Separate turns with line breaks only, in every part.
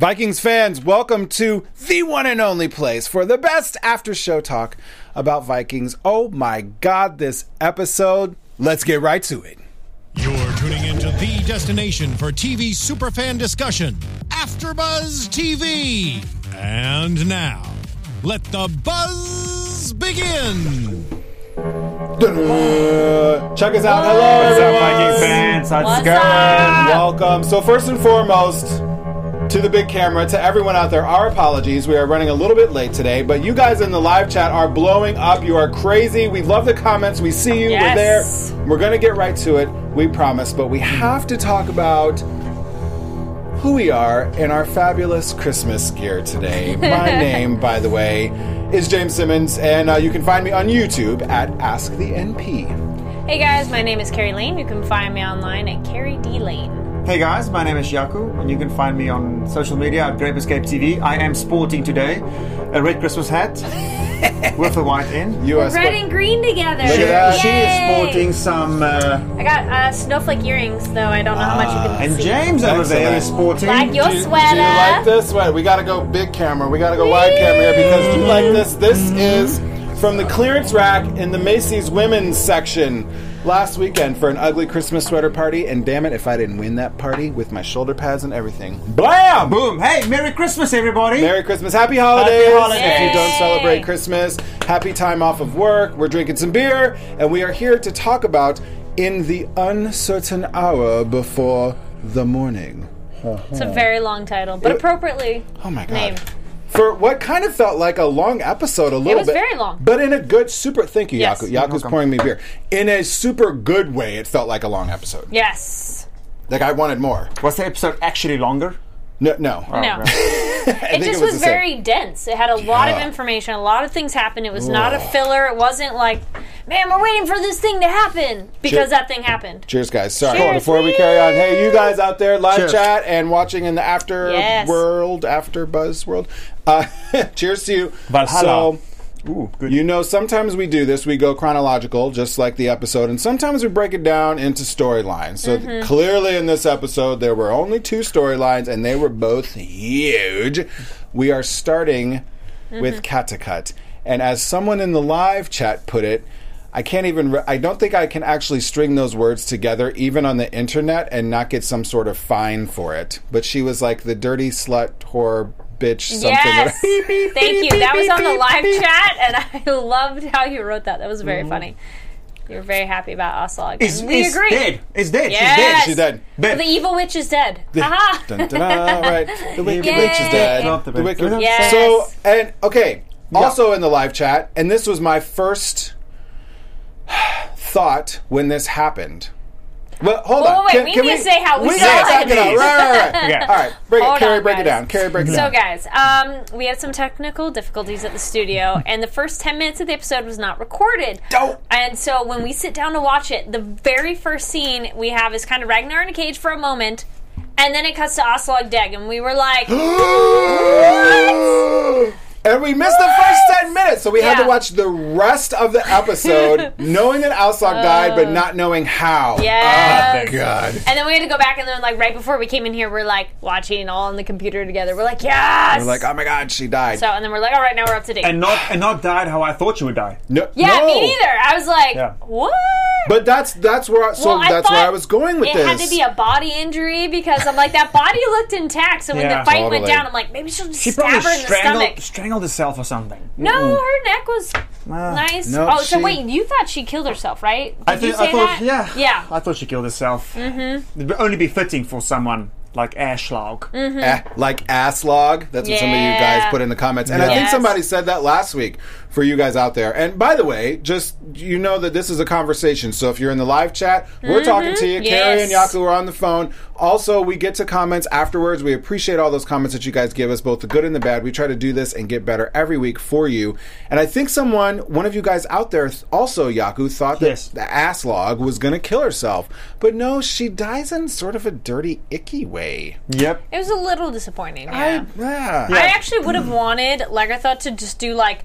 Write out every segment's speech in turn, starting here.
Vikings fans, welcome to the one and only place for the best after show talk about Vikings. Oh my God, this episode. Let's get right to it.
You're tuning into the destination for TV superfan discussion, AfterBuzz TV. And now, let the buzz begin.
Check us out. Hello,
What's up,
everyone.
Viking fans? How's
What's
it going?
up?
Welcome. So, first and foremost, to the big camera, to everyone out there, our apologies. We are running a little bit late today, but you guys in the live chat are blowing up. You are crazy. We love the comments. We see you.
Yes.
We're there. We're going to get right to it. We promise. But we have to talk about who we are in our fabulous Christmas gear today. My name, by the way, is James Simmons, and uh, you can find me on YouTube at Ask the NP.
Hey guys, my name is Carrie Lane. You can find me online at Carrie D Lane.
Hey guys, my name is Yaku, and you can find me on social media at Grape Escape TV. I am sporting today a red Christmas hat with a white end.
You are
Red
spo-
and green together.
Look at that.
She is
Yay!
sporting some, uh,
I got uh, snowflake earrings, though I don't know how much you can
Ah, and
see.
James over there is sporting.
Like your
Do-
sweater.
Do you like this? Wait, we gotta go big camera. We gotta go wide camera here because do you like this? This is from the clearance rack in the Macy's women's section last weekend for an ugly Christmas sweater party. And damn it, if I didn't win that party with my shoulder pads and everything.
Blam! Boom! Hey, Merry Christmas, everybody!
Merry Christmas, happy holidays!
Happy holidays.
If you don't
Yay.
celebrate Christmas, happy time off of work. We're drinking some beer, and we are here to talk about in the uncertain hour before the morning.
It's a very long title, but appropriately
Oh my god.
named.
For what kind of felt like a long episode, a little
was
bit.
very long.
But in a good, super. Thank you,
Yes.
Yaku.
You're
Yaku's pouring me beer. In a super good way, it felt like a long episode.
Yes.
Like I wanted more.
Was the episode actually longer?
No, Oh. no.
No.
right.
it
think it was
just was,
the same.
very dense. It had a lot of
Yeah.
information. A lot of things happened. It was not a filler. It wasn't like, man, we're waiting for this thing to happen because
Cheer-
that thing happened.
Cheers, guys. Sorry.
Cheers.
Before we carry on, hey, you guys out there, live
Cheers.
chat and watching in the after
Yes.
world, after buzz world. Uh, cheers to you.
Valhalla.
So,
Ooh, good.
You know, sometimes we do this. We go chronological, just like the episode, and sometimes we break it down into storylines. So clearly, in this episode, there were only two storylines, and they were both huge. We are starting with Katakat, and as someone in the live chat put it. I can't even. Re- I don't think I can actually string those words together, even on the internet, and not get some sort of fine for it. But she was like the dirty slut, whore, bitch, something.
Yes. Thank you. That was on the live chat, and I loved how you wrote that. That was
Mm-hmm.
very funny. You were very happy about us all.
It's,
we
it's
agree.
dead. It's dead.
Yes.
She's dead.
She's dead.
The
Dead.
evil witch is dead. Haha.
Dun, dun, dun, right. The Wicked
Uh-huh. Yay.
Witch is dead.
Not the Wicked Witch.
Yes.
So, and okay, also in the live chat, and this was my first thought when this happened. Well, hold
Well,
on.
wait, we need to say how we
We
saw
gotta
it.
back it up. Right, right, right.
Yeah.
All right, break it.
Hold
Carrie,
on,
break it
guys.
down. Carrie, break it
So,
down.
guys, um, we had some technical difficulties at the studio, and the first 10 minutes of the episode was not recorded.
Dope.
And so, when we sit down to watch it, the very first scene we have is kind of Ragnar in a cage for a moment, and then it cuts to Oslog Deg, and we were like,
And we missed the first 10 minutes, so we had to
Yeah.
watch the rest of the episode knowing that Alsog died, but not knowing how. Oh,
Oh,
yes.
God.
And then we had to go back, and then, like, right before we came in here, we're like watching all on the computer together. We're like, yes!
We're like, oh my God, she died.
so, and then we're like, all right, now we're up to date.
And not and not died how I thought you would die.
no,
yeah,
no.
me neither. I was like,
Yeah.
what?
But that's that's where I, so
Well, I
that's where
thought
I was going with
it
this.
had to be a body injury because I'm like that body looked intact. So when
Yeah.
the fight went
Totally.
down, I'm like maybe she'll just
She
stab
probably
her in the stomach.
strangled, strangled herself or something. Ah.
No, her neck was nice.
Uh, no,
oh, so
she-
wait, you thought she killed herself, right? Did
I, thi-
you say
I thought,
that?
yeah,
yeah.
I thought she killed herself. Mm-hmm. It'd only be fitting for someone like Ashlag.
Mm.
Eh, like ass log. That's what some of you guys
Yeah.
put in the comments. And I
Yeah.
think
Yes.
somebody said that last week for you guys out there. And by the way, just you know that this is a conversation. So if you're in the live chat, we're talking to you. Carrie and
Yes.
Yaku are on the phone. Also, we get to comments afterwards. We appreciate all those comments that you guys give us, both the good and the bad. We try to do this and get better every week for you. And I think someone, one of you guys out there, th- also Yaku, thought that
Yes.
the ass log was going to kill herself. But no, she dies in sort of a dirty, icky way.
Yep.
It was a little disappointing. Yeah.
Yeah.
I actually would have wanted Lagartha to just do like,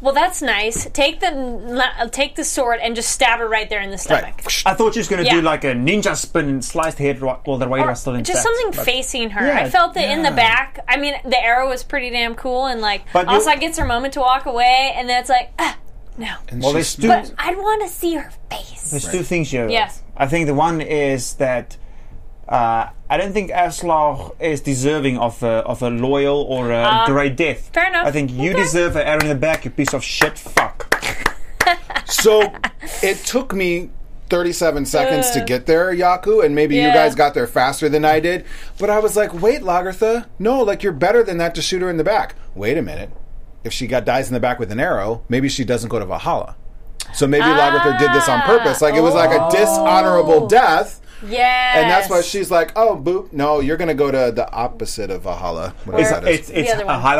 well, that's nice. Take the le- take the sword and just stab her right there in the stomach.
Right.
I thought she was going to
Yeah.
do like a ninja spin and sliced head right, all the way
Or
was still intact.
just something facing her.
Yeah,
I felt it in the
yeah.
back. I mean, the arrow was pretty damn cool, and like
But you-
also I gets her moment to walk away, and then it's like, ah, no.
Well,
She
there's two,
But I'd want to see her face.
there's two things here.
Yes.
I think the one is that uh, I don't think Aslog is deserving of a, of a loyal or a great death.
Uh, fair enough.
I think you
Okay.
deserve an arrow in the back, you piece of shit fuck.
So it took me 37 seconds to get there, Yaku, and maybe you
Uh. Yeah.
guys got there faster than I did. But I was like, wait, Lagartha, no, like you're better than that to shoot her in the back. Wait a minute. If she got dies in the back with an arrow, maybe she doesn't go to Valhalla. So maybe Lagartha did this on purpose. Like it was like
Ah.
a
Oh.
dishonorable death.
Yeah.
And that's why she's like, oh, boop, no, you're going to go to the opposite of Valhalla. What is
Or-
that?
It's,
Is.
it's
other one.
a high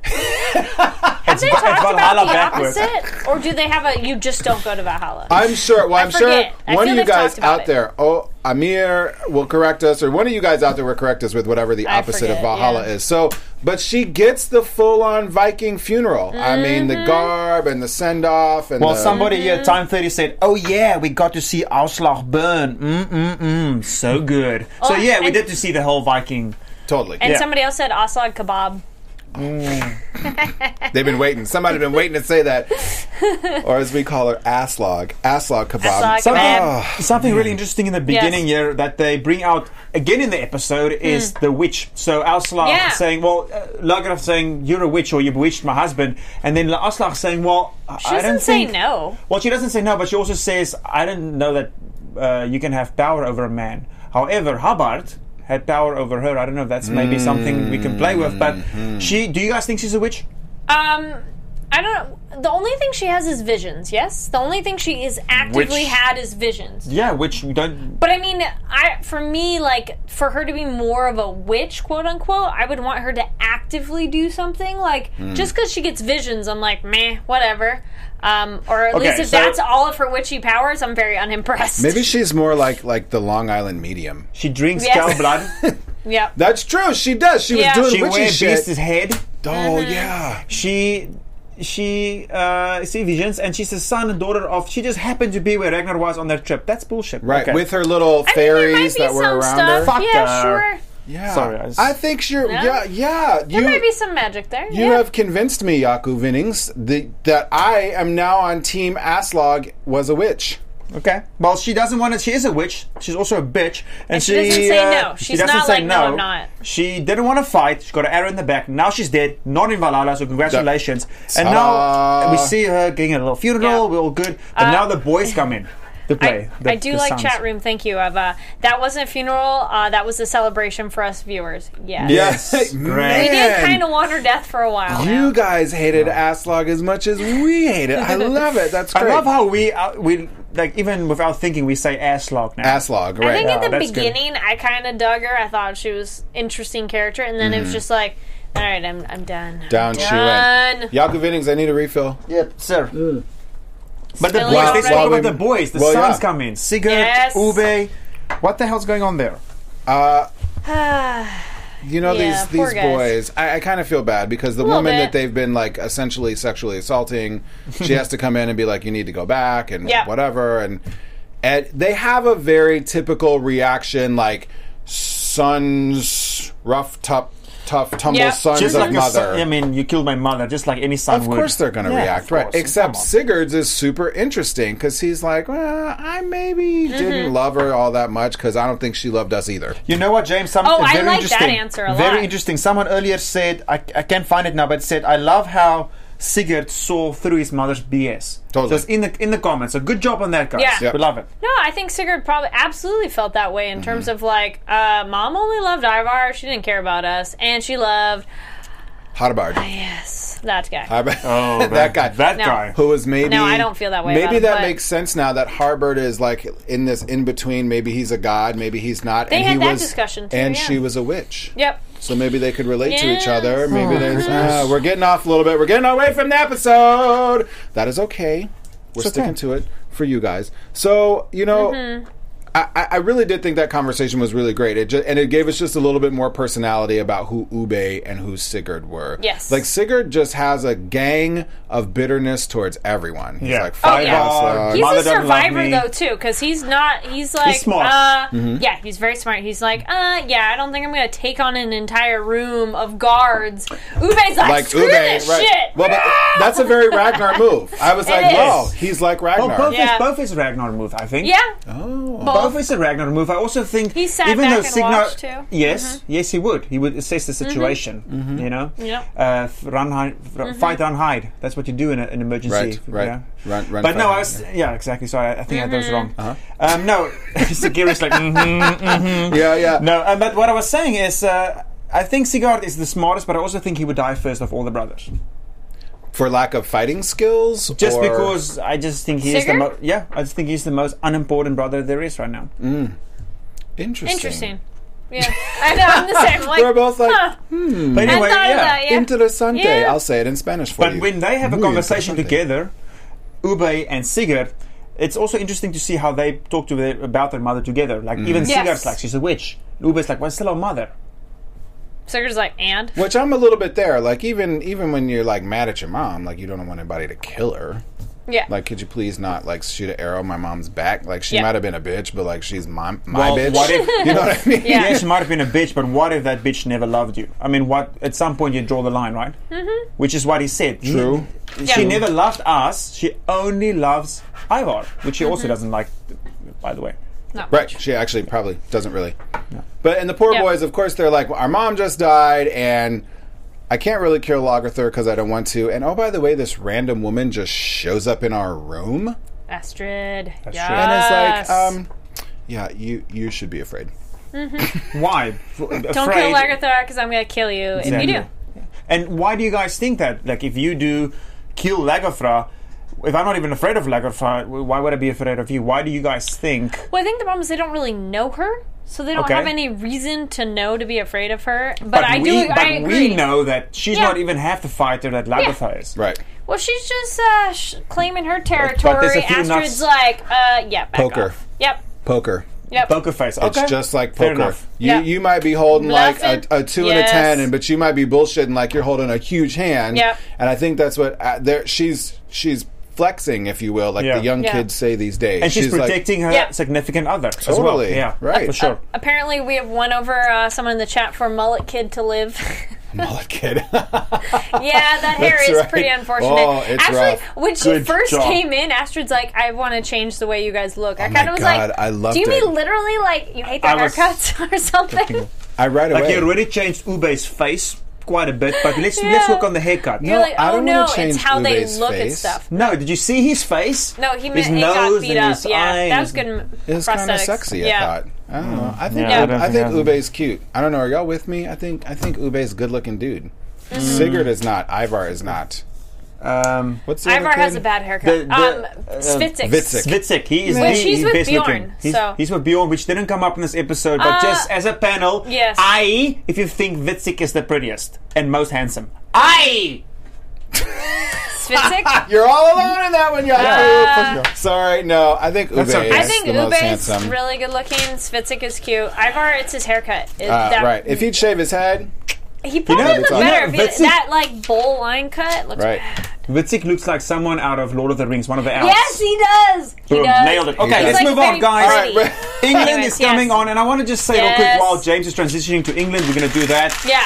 Have they
it's
talked
Valhalla
about the
backwards.
opposite, or do they have a you just don't go to Valhalla?
I'm sure. Well, I'm sure
forget. I
one
feel
of you
they've talked
guys
about
out
it.
there, oh, Amir will correct us, or one of you guys out there will correct us with whatever the
I
opposite of
forget,
Valhalla
yeah.
is. So, but she gets the full-on Viking funeral. I mean,
Mm-hmm.
the garb and the send-off, and
Well,
the,
somebody here, Time 30 said, Oh, yeah, we got to see Auslag burn. Mm mm mm. So good. so,
Oh,
yeah, we
and-
did to see the whole Viking.
totally.
and
yeah.
somebody else said Aslog kebab.
They've been waiting. Somebody's been waiting to say that, or as we call her, Aslog, Aslog kebab.
Aslog
Some-
kebab.
Ah.
Something really interesting in the beginning here that they bring out again in the episode is the witch. So Auslag
Mm. Yeah.
saying, Well, uh, Lagerhoff saying, You're a witch or you bewitched my husband. And then Auslag saying, Well, I-
She
I
doesn't
don't
say
think.
no.
Well, she doesn't say no, but she also says, I didn't know that uh, you can have power over a man. However, Hubbard had power over her. I don't know if that's maybe something we can play with, but
Mm-hmm.
she, do you guys think she's a witch?
Um, I don't. know. The only thing she has is visions. Yes, the only thing she is actively
Which-
had is visions.
Yeah, witch, we don't.
But I mean, I for me, like for her to be more of a witch, quote unquote, I would want her to actively do something. Like
Hmm.
just because she gets visions, I'm like, meh, whatever. Um, or at
Okay,
least if
so-
that's all of her witchy powers, I'm very unimpressed.
Maybe she's more like like the Long Island medium.
She drinks
Yes.
cow blood.
yeah.
That's true. She does. She
Yeah. Mm-hmm.
was
she
doing witchy
wears
shit.
beast's head.
oh yeah.
She. She uh, see visions, and she's the son and daughter of. She just happened to be where Ragnar was on that trip. That's bullshit.
Right,
Okay.
with her little
I mean, there might
fairies
be
that were
some
around her. uh,
stuff.
Fuck her.
yeah, sure.
Yeah.
Sorry, I was-
I think you're.
No?
Yeah, yeah. You,
There might be some magic there.
you
yeah.
have convinced me, Yaku Vinnings, the, that I am now on Team Aslog was a witch.
Okay. Well, she doesn't want it. She is a witch. She's also a bitch, and,
she doesn't say no.
she
She's
doesn't
not
say
like, "No, I'm not."
She didn't want to fight. She got an arrow in the back. Now she's dead. Not in Valhalla. So congratulations. And
Ta-da.
now we see her getting a little funeral.
Yeah.
We're all good. But now the boys come in. The play.
I,
the-
I do
the
like
sons.
chat room. Thank you, Eva. That wasn't a funeral. Uh, that was a celebration for us viewers. Yeah.
Yes.
We
Great.
did
Man.
kind of want her death for a while. now.
You guys hated Aslog as much as we hate it. I love it. That's
I
great.
love how we uh, we like even without thinking we say ass lock now.
Aslog,
I
right.
think at the
that's good.
beginning I kind of dug her. I thought she was interesting character, and then it was just like, all right, I'm I'm Mm-hmm. done.
Down she
Done.
went. Yaku Vinnings, I need a refill.
Yep, sir. But the
Spilling
boys, they
already.
talk about
Well,
the boys. The
well,
sons
yeah.
come in. Sigurd,
Yes.
Ube. What the hell's going on there?
Uh,
Ah,
You know
Yeah,
these
poor
these
guys.
boys. I, I kind of feel bad because the
little
woman
bit.
that they've been like essentially sexually assaulting, she has to come in and be like, "You need to go back and
Yeah.
whatever." And and they have a very typical reaction, like sons rough tough tough tumble
Yeah.
sons
Just
of
like a
mother.
son, I mean, you killed my mother, just like any son
Of
would.
course they're going to
Yeah,
react,
of
right?
course.
Except
Come on.
Sigurd's is super interesting because he's like, well, I maybe
Mm-hmm.
didn't love her all that much because I don't think she loved us either.
You know what, James? Some,
Oh, I
very
like that
interesting,
answer a
Very
lot.
interesting. Someone earlier said, I, I can't find it now, but said, I love how Sigurd saw through his mother's BS.
Totally.
So it's in the, in the comments. So good job on that, guys.
Yeah. Yep.
We love it.
no, I think Sigurd probably absolutely felt that way in terms of like, uh, mom only loved Ivar. She didn't care about us, and she loved
Hadabard.
yes that guy.
Oh, that, guy.
That
No.
guy.
who was maybe
No, I don't feel that way
Maybe
about him,
that
but-
makes sense now that Harbert is like in this in between. Maybe he's a god, maybe he's not. They
had that discussion too,
and
yeah.
she was a witch.
yep.
So maybe they could relate to each
Yes. Oh,
other. Maybe there's ah, we're getting off a little bit. We're getting away from the
Mm-hmm.
episode. That is okay. We're sticking to it for you guys. So you know. I, I- I really did think that conversation was really great. It just, and it gave us just a little bit more personality about who Ube and who Sigurd were.
Yes.
Like Sigurd just has a gang of bitterness towards everyone. He's
Yeah.
like,
Oh,
fuck
yeah.
us.
He's
like,
Mother
a
don't love
survivor
me.
though too, because he's not. He's like,
smart.
Uh, yeah, he's very smart. He's like, uh, yeah, I don't think I'm gonna take on an entire room of guards. Ube's like,
like
screw this shit.
Well, but that's a very Ragnar move. I was like,
is.
wow, he's like
Well,
Ragnar.
both, Oh,
Yeah.
is, both is a Ragnar move, I think.
yeah,
Both is a Ragnar move. I also think
He sat
even
back
though
and
Signar,
watched too. Mm-hmm.
yes, yes, he would. He would assess the situation.
Mm-hmm.
You know,
Yep. Mm-hmm.
uh, f- run, hide, f- fight, run, hide. That's what you do in a, an emergency.
Right,
you
right.
know.
Run- run,
but no,
fight, Uh-huh.
I was yeah, exactly. Sorry, I, I think I did
Mm-hmm.
it wrong. Um, no, Sigiri's like mhm,
yeah, yeah.
no. Um, but what I was saying is. Uh, I think Sigurd is the smartest, but I also think he would die first of all the brothers.
For lack of fighting skills?
Just
or-
because I just think he is the
Sigurd?
most yeah, I just think he's the most unimportant brother there is right now.
Mm. Interesting.
interesting. Yeah, I know. I'm the same. Like,
We're both like,
huh.
But
I
anyway,
thought
yeah.
of that. Yeah.
interesante.
Yeah.
I'll say it in Spanish for
But
you.
when they have a
Muy
conversation
interesante.
together, Ube and Sigurd, it's also interesting to see how they talk to their, about their mother together. Like
Mm-hmm.
even
Yes.
Sigurd's like she's a witch. Ube's like, well, still our mother.
Sigurd's like, and
Which I'm a little bit there. Like even even when you're like mad at your mom, like you don't want anybody to kill her.
yeah,
Like, could you please not like shoot an arrow at my mom's back? Like she
Yeah.
might have been a bitch, but like she's my my
Well,
bitch.
what if-
you know what I mean?
Yeah.
Yeah, she might have been a bitch, but what if that bitch never loved you? I mean, what? At some point, you draw the line, right? Mm-hmm. Which is what he said.
True.
She
Yeah.
never loved us. She only loves Ivar, which she also doesn't like, by the way.
no.
Right. She actually probably doesn't really. But and the poor
Yeah.
boys, of course, they're like, our mom just died, and I can't really kill Lagerther because I don't want to. And oh, by the way, this random woman just shows up in our room,
Astrid. Yes.
and it's like, um, yeah, you you should be afraid.
Why? Don't
don't kill Lagarthar because I'm gonna kill you if you do.
Yeah. And why do you guys think that? Like, if you do kill Lagerfra, if I'm not even afraid of Lagerfra, w- why would I be afraid of you? Why do you guys think?
Well, I think the problem is they don't really know her, so they don't
Okay.
have any reason to know to be afraid of her. But, I
we,
do.
but
I agree.
we know that she's
Yeah.
not even half the fighter that Lagerfra is.
Right.
Well, she's just uh, sh- claiming her territory.
there's a few
Astrid's
nuts-
like, uh, yeah, back
Poker.
off. Yep.
Poker.
Yep.
Poker face.
It's
Okay.
just like
Fair
poker.
enough.
You
Yeah.
you might be holding like
Bluffing.
a, a two and a
Yes.
ten, and but you might be bullshitting like you're holding a huge hand.
Yep.
And I think that's what uh, there. She's she's flexing, if you will, like
Yeah.
the young
Yeah.
kids say these days.
and she's,
like,
protecting her
Yeah.
significant other. As well.
Totally.
Yeah.
Right.
For sure.
Apparently, we have won over uh, someone in the chat for Mullet Kid to live.
mullet kid.
yeah, that hair
That's
is
right.
pretty unfortunate.
Oh, it's
Actually,
rough.
when she
Good
first
job.
came in, Astrid's like, I want to change the way you guys look. I
Oh my
kind of was
God,
like,
I loved
Do you
it.
mean literally like you hate their
I was-
haircuts or something?
I right away.
Like, you already changed Ube's face quite a bit, but let's, let's
Yeah.
work on the haircut.
You're like,
I
oh
don't wanna
no,
change
it's how
Uwe's
they look at
face.
stuff.
No, did you see his face?
No, he meant
his
he
nose
got beat
and
up.
his
Yeah,
eye
that
and
was
his-
good. m-
It was kind of
prosthetics.
sexy.
Yeah.
I thought. I don't know. I think
Yeah, I
Ube,
don't
I,
think
think
I-
Ube's cute. I don't know. Are y'all with me? I think I think Ube's a good-looking dude.
Mm.
Sigurd is not. Ivar is not.
Um,
What's the other
Ivar has
kid?
a bad haircut.
The- the,
um,
uh,
Svitzik.
Vitzik.
Svitzik, he is
Well,
the
she's with
best
Bjorn,
looking. He's,
so-
he's with Bjorn, which didn't come up in this episode, but
Uh,
just as a panel,
yes.
I, if you think Vitzik is the prettiest and most handsome, I.
Svitzik.
You're all alone in that one, y'all. Sorry, no. I think Ube
okay.
is
I think
the most
Ube's
handsome.
really good looking. Svitzik is cute. Ivar, it's his haircut. It-
Uh,
that-
right. If he'd shave his head,
he probably
You know,
looked
you know,
better. if he-
Vitzik-
that like bowl line cut looks
right.
Vitzik looks like someone out of Lord of the Rings, one of the elves.
Yes, he does. He
Boom,
does.
nailed it. Okay,
He's
let's
like
move
very
on, guys.
pretty.
All right,
England
Anyways,
is coming
yes.
on, and I want to just say real
Yes.
quick while James is transitioning to England, we're going to do that.
Yeah.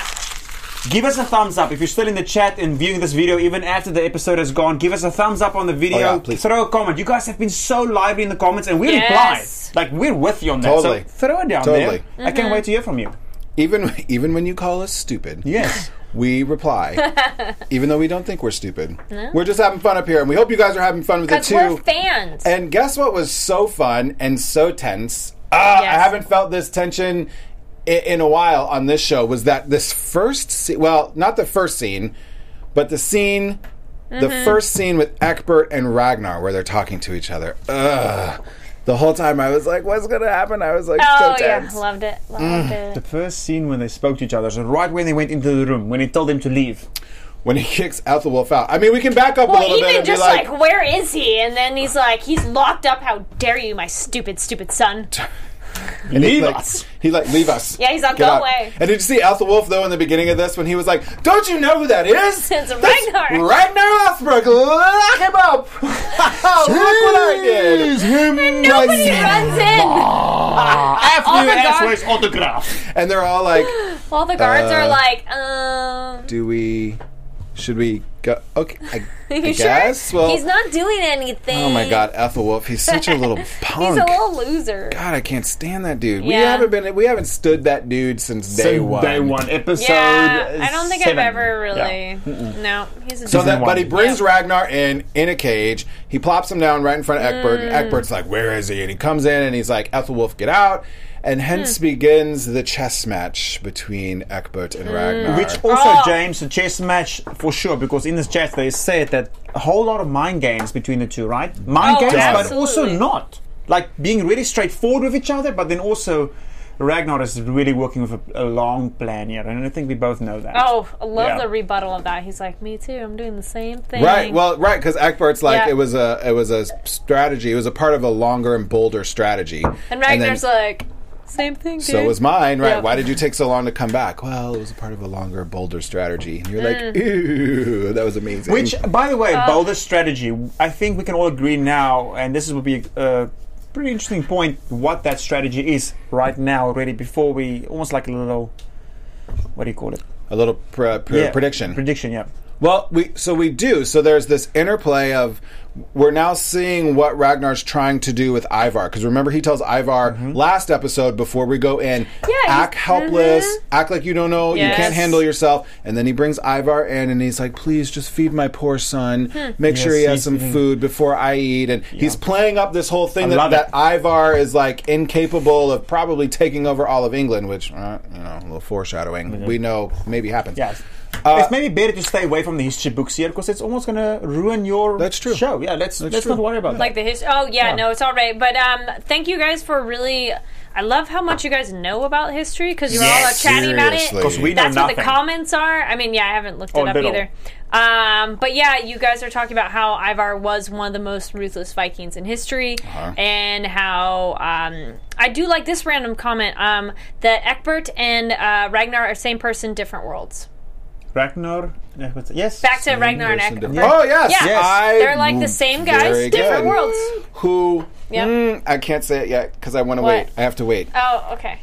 Give us a thumbs up if you're still in the chat and viewing this video even after the episode has gone. Give us a thumbs up on the video.
Oh, yeah, please.
throw a comment. You guys have been so lively in the comments, and we
Yes.
reply. Like we're with you on that.
Totally.
So throw it down
Totally.
there. I
Mm-hmm.
can't wait to hear from you.
Even even when you call us stupid,
Yes.
we reply. even though we don't think we're stupid, we're just having fun up here, and we hope you guys are having fun with it
Because
too.
we're fans.
And guess what was so fun and so tense? Ah,
Yes.
I haven't felt this tension in, in a while on this show. Was that this first? Se- well, not the first scene, but the scene, the
Mm-hmm.
first scene with Eckbert and Ragnar, where they're talking to each other. Ugh. The whole time I was like, "What's gonna happen?" I was like,
oh
"So
yeah,
tense." Mm.
loved it. Loved it.
First scene when they spoke to each other, so right when they went into the room, when he told them to leave.
when he kicks Ethelwolf out. I mean, we can back up a
Well,
little bit
even
and
just
be like,
like, where is he? And then he's like, he's locked up. How dare you, my stupid, stupid son?
And he's
Leave
like-
us.
He like leave us.
Yeah, he's like,
Get
"Go
out."
away.
And did you see Alpha Wolf though in the beginning of this when he was like, "Don't you know who that is?
It's
That's
Ragnar."
Ragnar Lothbrok. Lock him up. Look what I did.
Oh Nobody runs in.
After
all
you
the
ask
guard-
for his autograph.
And they're all like,
All the guards
Uh,
are like, um,
"Do we? Should we go? Okay, I, I
you sure?
guess. Well,
he's not doing anything.
oh my God, Ethelwolf. He's such a little punk.
He's a little loser.
God, I can't stand that dude. We
Yeah.
haven't been, we haven't stood that dude since day
Since
one.
Day one episode.
Yeah, I don't think
seven.
I've ever
Yeah.
really. No, he's a
So
jerk.
that, but he
one.
brings
Yeah.
Ragnar in in a cage. He plops him down right in front of Eckbert. And
Mm.
Eckbert's like, "Where is he?" And he comes in and he's like, "Ethelwolf, get out!" And hence
Hmm.
begins the chess match between Eckbert
Hmm.
and Ragnar.
Which also,
Oh.
James, a chess match for sure, because in this chat they said that a whole lot of mind games between the two, right? Mind
Oh,
games, but
absolutely.
also not. Like being really straightforward with each other, but then also Ragnar is really working with a, a long plan here, and I think we both know that.
Oh, I love
Yeah.
the rebuttal of that. He's like, me too. I'm doing the same thing.
Right. Well, right, because Eckbert's like
Yeah.
it was a it was a strategy. It was a part of a longer and bolder strategy.
and
then-
Ragnar's like, same thing. Dude.
So was mine, right?
Yeah.
Why did you take so long to come back? Well, it was a part of a longer, bolder strategy. And you're
Hmm.
like, ooh, that was amazing.
Which, by the
Uh.
way, bolder strategy. I think we can all agree now, and this would be a pretty interesting point. What that strategy is right now, already before we almost like a little, what do you call it?
a little pre- pre-
Yeah,
prediction.
Prediction. Yeah.
Well, we so we do. So there's this interplay of we're now seeing what Ragnar's trying to do with Ivar because remember he tells Ivar
Mm-hmm.
last episode before we go in,
he's-
act helpless, act like you don't know, you
Yes.
can't handle yourself, and then he brings Ivar in and he's like, please just feed my poor son,
Hmm.
make sure
Yes,
he has
he's
some
eating.
food before I eat, and he's playing up this whole thing that,
love
that Ivar is like incapable of probably taking over all of England, which uh, you know a little foreshadowing we know maybe happens.
Yes.
Uh,
it's maybe better to stay away from the history books here because it's almost going to ruin your
That's true.
show. Yeah, let's
That's
let's
true.
not worry about
like
that.
the history. Oh yeah, no, it's all right. But um, thank you guys for really. I love how much you guys know about history because you're
Yes.
all chatting about it.
Seriously. 'Cause
we know
That's what the
nothing.
comments are. I mean, yeah, I haven't looked it
Oh,
up
little.
either. Um, but yeah, you guys are talking about how Ivar was one of the most ruthless Vikings in history, and how um, I do like this random comment um, that Eckbert and uh, Ragnar are same person, different worlds.
Ragnar. yeah, what's- Yes.
Back to Ragnar and
person,
Eckbert.
different- Oh yes,
Yeah.
yes. I-
They're like the same guys,
Very
different
good.
worlds.
Who?
Yep.
Mm, I can't say it yet because I want to
What?
wait. I have to wait.
Oh, okay.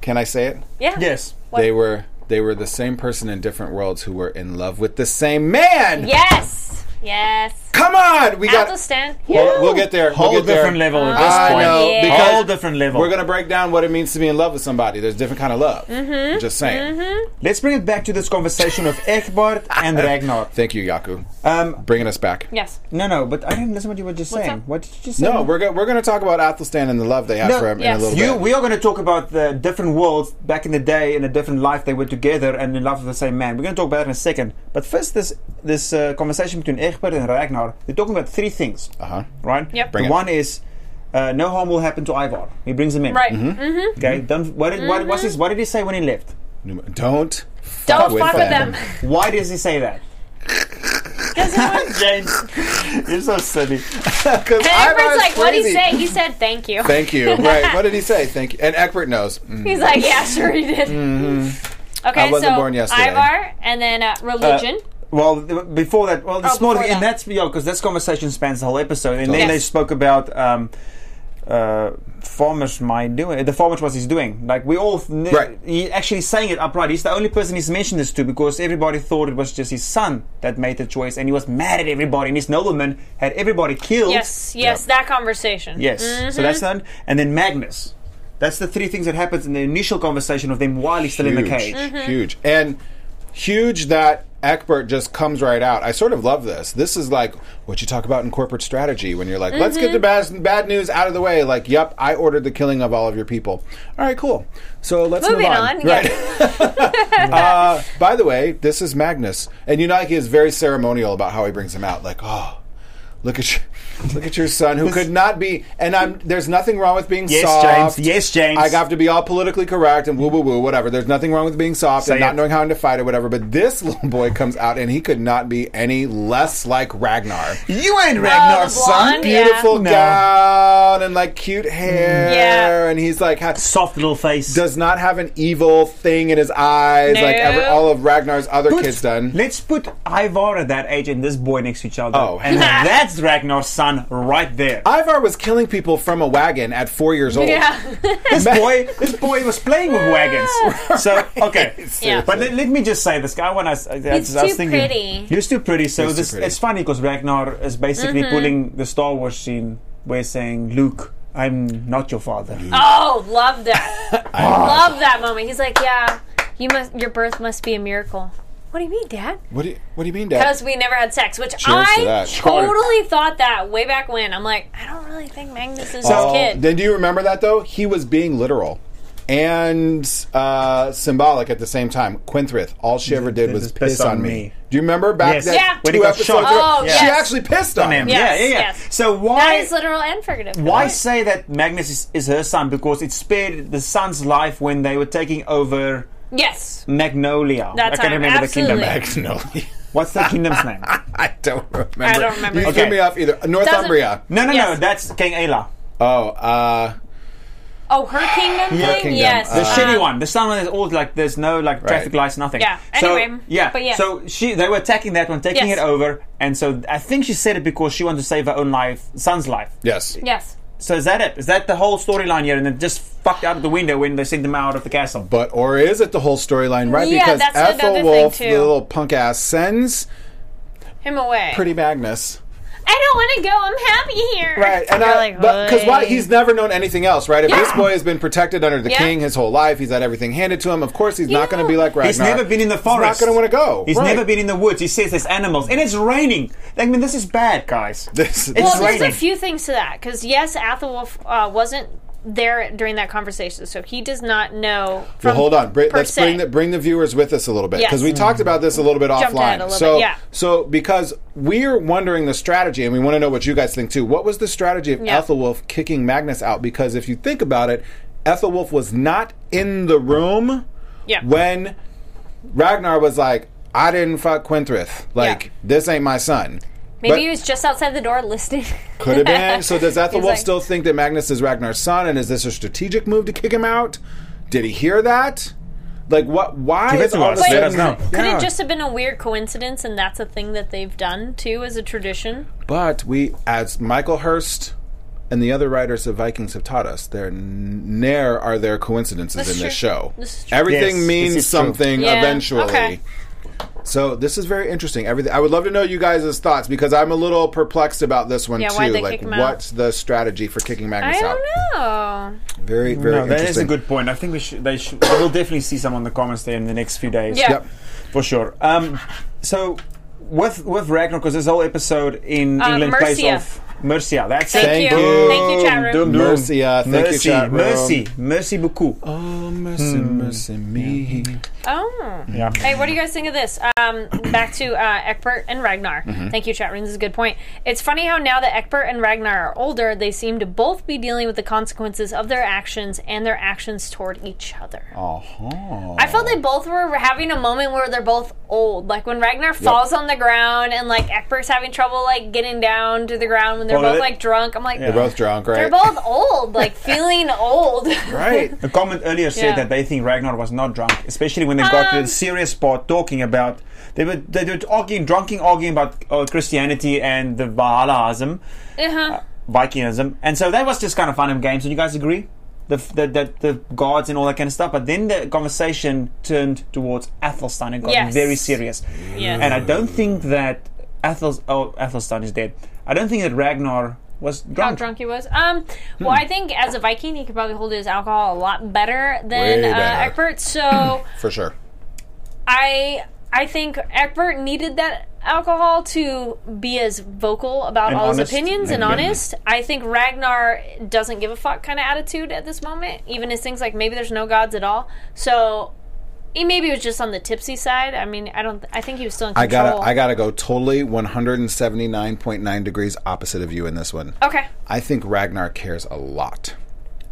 Can I say it?
Yeah.
yes.
They were they were the same person in different worlds who were in love with the same man.
Yes. Yes.
Come on, we got.
Understand?
We'll, we'll get there.
Whole
we'll get there.
different level at this
I
point.
know
Yeah.
because
Whole different level.
We're gonna break down what it means to be in love with somebody. There's different kind of love. Mm-hmm. Just saying.
Let's bring it back to this conversation of Egbert and Ragnar.
Thank you, Yaku,
Um,
bringing us back.
Yes.
no, no, but I didn't listen to what you were just saying.
up?
What did you just say?
No, we're go- we're gonna talk about Athelstan and the love they have
No,
for him
yes.
in a little
You,
bit.
we are going to talk about the different worlds back in the day in a different life they were together and in love with the same man. We're going to talk about that in a second. But first, this this uh, conversation between Egbert and Ragnar. They're talking about three things,
uh huh.
right?
Yep.
Bring
the
it.
one is uh, no harm will happen to Ivar. He brings him in.
Right. Mm-hmm.
Okay. Don't, what, did, what, what's his, what did he say when he left?
Don't
Don't fuck with them.
Why does he say that? James, you're so silly.
Because
And Everett's like, what would he say? He said, thank you.
Thank you. Right. what did he say? Thank you. And Eckbert knows. Mm.
He's like, yeah, sure he did. Okay,
Mm-hmm. I wasn't
so
born yesterday.
Ivar and then uh, religion.
Well, th- before that, well, this
Oh,
morning,
before
and
that.
that's yeah, because this conversation spans the whole episode, and then they
Yes.
spoke about um, uh, farmers might doing the farmers what he's doing. Like we all, kn-
Right.
he actually saying it upright. He's the only person he's mentioned this to because everybody thought it was just his son that made the choice, and he was mad at everybody. And his nobleman had everybody killed.
yes, Mm-hmm. yes, that conversation.
Yes. So that's that. And then Magnus. That's the three things that happens in the initial conversation of them while he's still in the cage.
Mm-hmm.
Huge. And huge that Eckbert just comes right out. I sort of love this. This is like what you talk about in corporate strategy when you're like, let's get the bad, bad news out of the way. Like, yep, I ordered the killing of all of your people. All right, cool. So let's
Moving
move
on.
on.
yeah.
Uh, by the way, this is Magnus, and you know like, he is very ceremonial about how he brings him out. Like, oh, look at you. Look at your son who could not be. And I'm there's nothing wrong with being
Yes,
soft.
James. Yes, James.
I have to be all politically correct and woo woo woo whatever. There's nothing wrong with being soft
Say
and not
it.
knowing how to fight or whatever. But this little boy comes out and he could not be any less like Ragnar.
You ain't Ragnar,
the
son.
blonde, yeah.
Beautiful
No.
gown and like cute hair.
Yeah.
And he's like. Ha-
Soft little face.
does not have an evil thing in his eyes like
No.
ever, all of Ragnar's other
Put-
kids done.
Let's put Ivar at that age and this boy next to each other.
Oh.
And that's Ragnar's son right there.
Ivar was killing people from a wagon at four years old.
Mm-hmm. Yeah.
this boy this boy was playing with wagons. So, okay.
Yeah.
But let, let me just say this guy when I, s- I, I was- I was
too
thinking
pretty.
he was too pretty. So
He's too
this
pretty.
it's funny because Ragnar is basically
Mm-hmm.
pulling the Star Wars scene where he's saying, "Luke, I'm not your father."
Oh, love that. love that moment. He's like, yeah, you must. Your birth must be a miracle. What do you mean, Dad?
What do you, what do you mean, Dad?
Because we never had sex, which
to
I
that.
totally thought that way back when. I'm like, I don't really think Magnus is
Oh,
his kid.
Then do you remember that though? He was being literal and uh, symbolic at the same time. Quinthrith, all she ever did was
Just
piss on me. Do you remember back
Yes.
then?
Yeah.
Two
When he
got
episodes
shot.
ago,
Oh,
She
yes.
actually pissed on him.
Yeah, yeah, yeah.
Oh, yes.
So why
that is literal and figurative.
Why
Right.
say that Magnus is, is her son? Because it spared the son's life when they were taking over
Yes.
Magnolia.
That
I can't
time,
remember the kingdom.
absolutely.
Magnolia.
What's the kingdom's name?
I don't remember.
I don't remember.
You threw
Okay.
me off either. Northumbria.
No, no, no.
Yes.
That's King Ayla.
Oh, uh,
Oh, her kingdom
Her
thing.
kingdom.
Yes.
The
The
Uh,
shitty one. The sun one is all like there's no like traffic
Right.
lights, nothing.
Yeah.
So,
Anyway,
yeah.
but yeah.
So she they were attacking that one, taking
Yes.
it over, and so I think she said it because she wanted to save her own life, son's life.
yes.
yes.
So is that it? Is that the whole storyline here? And it just fucked out of the window when they sent them out of the castle.
But or is it the whole storyline, right?
Yeah,
because
that's another thing,
Ethelwolf,
too.
the little punk ass, sends
Him away.
Pretty Magnus.
I don't want to go. I'm happy here.
Right, and
You're
I,
like,
but because why
"Hey."
he's never known anything else, right? If
Yeah.
this boy has been protected under the
Yeah.
king his whole life, he's had everything handed to him. Of course, he's not going to be like Ragnar.
He's never been in the forest.
He's not going to want to go.
He's
Right.
never been in the woods. He says there's animals, and it's raining. I mean, this is bad, guys.
This,
It's
this
Well,
is
there's
raining.
a few things to that because yes, Athelwolf uh, wasn't there during that conversation, so he does not know. From
well, hold on. Bri-
per
let's
se.
bring the, bring the viewers with us a little bit
Yes.
because we talked about this a little bit
Jumped
offline.
ahead a little
so,
bit, yeah.
so because we're wondering the strategy, and we want to know what you guys think too. What was the strategy of
Yeah.
Ethelwulf kicking Magnus out? Because if you think about it, Ethelwulf was not in the room
Yeah.
when Ragnar was like, "I didn't fuck Quinthrith. Like
Yeah.
this ain't my son."
Maybe
But-
he was just outside the door listening.
could have been. So does Ethelwolf
like-
still think that Magnus is Ragnar's son, and is this a strategic move to kick him out? Did he hear that? Like what? Why
Give it
is
to
all of
us.
a
Let
sudden-
us know.
Could
Yeah.
it just have been a weird coincidence, and that's a thing that they've done too as a tradition?
But we, as Michael Hurst and the other writers of Vikings have taught us, there n- ne'er are there coincidences
That's
in this
true.
show.
This is true.
Everything
Yes,
means
this is true.
something
Yeah,
eventually.
okay.
So this is very interesting. Everything. I would love to know you guys' thoughts because I'm a little perplexed about this one
Yeah,
too.
why'd they
like,
kick him out?
what's the strategy for kicking Magnus
I
out?
don't know.
Very, very
No, that
interesting.
is a good point. I think we should. They should. we'll definitely see some on the comments there in the next few days.
Yeah.
Yep.
for sure. Um, so with with Ragnar, because this whole episode in
Uh,
England plays
Mercia.
off Mercia. That's it.
Thank
Thank, you.
you.
Thank you, chat room.
Boom, boom.
Mercy, uh, thank you,
mercy,
chat room.
mercy, mercy beaucoup.
Oh, mercy, mercy me.
Oh.
Yeah.
Hey, what do you guys think of this? Um, back to uh, Eckbert and Ragnar.
Mm-hmm.
Thank you, Chatroon. This is a good point. It's funny how now that Eckbert and Ragnar are older, they seem to both be dealing with the consequences of their actions and their actions toward each other.
Uh-huh.
I felt they both were having a moment where they're both old. Like when Ragnar falls on the ground and like Eckbert's having trouble like getting down to the ground when they're
Oh,
both
they-
like drunk. I'm like,
They're both drunk, right?
they're both old, like feeling old.
right.
A comment earlier said
Yeah.
that they think Ragnar was not drunk, especially when they got to
Um,
the serious part talking about they were they were arguing, drunking, arguing about uh, Christianity and the Valhallaism,
Uh-huh.
Vikingism, and so that was just kind of fun and games. Do you guys agree? The, f- the, the, the gods and all that kind of stuff, but then the conversation turned towards Athelstan and got
Yes.
very serious.
Yes.
And I don't think that Athels oh Athelstan is dead. I don't think that Ragnar was
how
Mm.
drunk.
drunk he was. Um, well,
Hmm.
I think as a Viking, he could probably hold his alcohol a lot better than
Way
uh,
better.
Eckbert. So
For sure.
I I think Eckbert needed that alcohol to be as vocal about
And
all his
honest.
opinions and
Yeah.
honest. I think Ragnar doesn't give a fuck kind of attitude at this moment. Even his things like maybe there's no gods at all. So He maybe was just on the tipsy side. I mean, I don't. I think he was still in
I
control.
gotta, I gotta go totally 179.9 degrees opposite of you in this one.
Okay.
I think Ragnar cares a lot,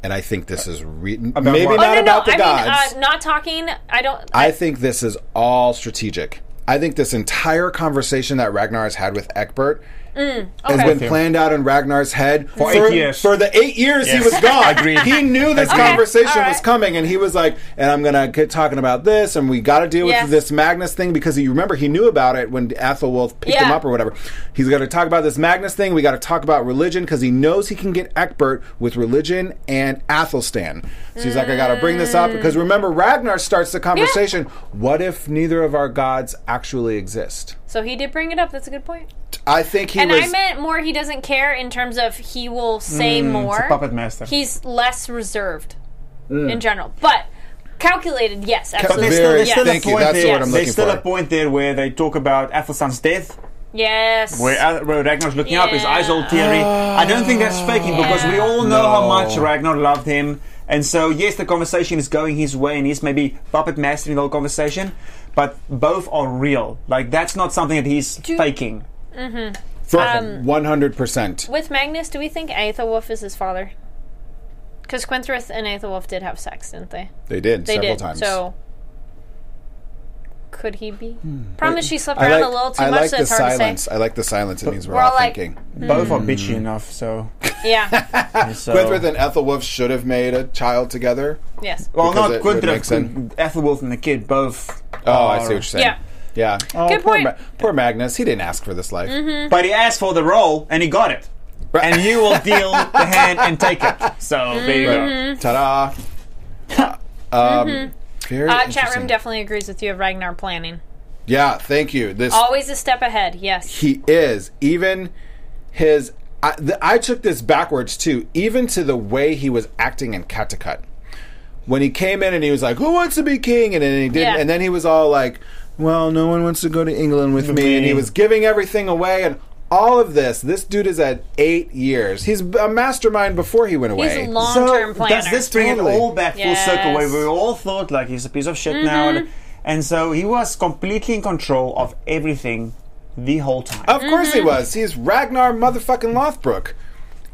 and I think this is re- maybe
what?
not
Oh,
Oh, no, no.
about the
I
gods.
mean, uh, not talking. I don't.
I think this is all strategic. I think this entire conversation that Ragnar has had with Eckbert has
Mm, okay.
been planned out in Ragnar's head for,
eight years.
for the eight years he
Yes.
was gone.
Agreed.
He knew this
Agreed.
conversation
Okay, all
was
right.
coming, and he was like, "And I'm gonna get talking about this, and we got to deal
Yeah.
with this Magnus thing because you remember he knew about it when Athelwolf picked him
Yeah.
up or whatever. He's gonna talk about this Magnus thing. We got to talk about religion because he knows he can get Eckbert with religion and Athelstan. So he's like, I got to bring this up because remember Ragnar starts the conversation. What if neither of our gods actually exist?
so he did bring it up. That's a good point.
I think he
And
was. Mm,
I meant more. He doesn't care in terms of he will say more.
puppet master.
He's less reserved
Mm.
in general, but calculated. Yes,
But
absolutely.
there's still, there's
Yes.
still
Thank
a
you.
point
That's the
there.
word I'm
there's
looking
still
for.
a point there where they talk about Athelstan's death,
yes.
where, Ath- where Ragnar's looking up his eyes all teary. I don't think that's faking because we all know how
No.
much Ragnar loved him. And so, yes, the conversation is going his way, and he's maybe puppet mastering the whole conversation. But both are real. Like that's not something that he's faking.
um,
One hundred percent.
With Magnus, do we think Aethelwulf is his father? Because Quinthrith and Aethelwulf did have sex, didn't they?
They did
They
several
did.
times.
So could he be? Problem is she slept
Hmm. I
around
like,
a little too
I
much,
like
so
the
it's hard
silence. I like the silence. It means we're,
We're
all
all like-
thinking.
Both are bitchy enough. So,
to say. Yeah.
so
Quinthrith and Ethelwolf should have made a child together.
yes.
well,
because
not
it would make
Quinthrith, Ethelwolf and the kid both.
Oh, I see what you're saying.
Yeah.
Yeah. Oh,
Good
poor,
point.
poor Magnus. He didn't ask for this life.
But he asked for the role, and he got it. And you will deal the hand and take it. So there you go.
Ta-da. um, very
Uh, chat
interesting.
room definitely agrees with you of Ragnar planning.
Yeah, thank you. This
Always a step ahead. Yes.
he is even his. I, the, I took this backwards too, even to the way he was acting in Catacut. When he came in and he was like, "Who wants to be king?" and then he didn't,
Yeah.
and then he was all like, "Well, no one wants to go to England with me," and he was giving everything away and. All of this, this dude is at eight years. He's a mastermind before he went away.
He's a long-term planner.
Does this bring
Totally.
it all back
Yes. Mm-hmm.
full circle where we all thought like he's a piece of shit now? And, and so he was completely in control of everything the whole time.
Of course he was. He's Ragnar motherfucking Lothbrok.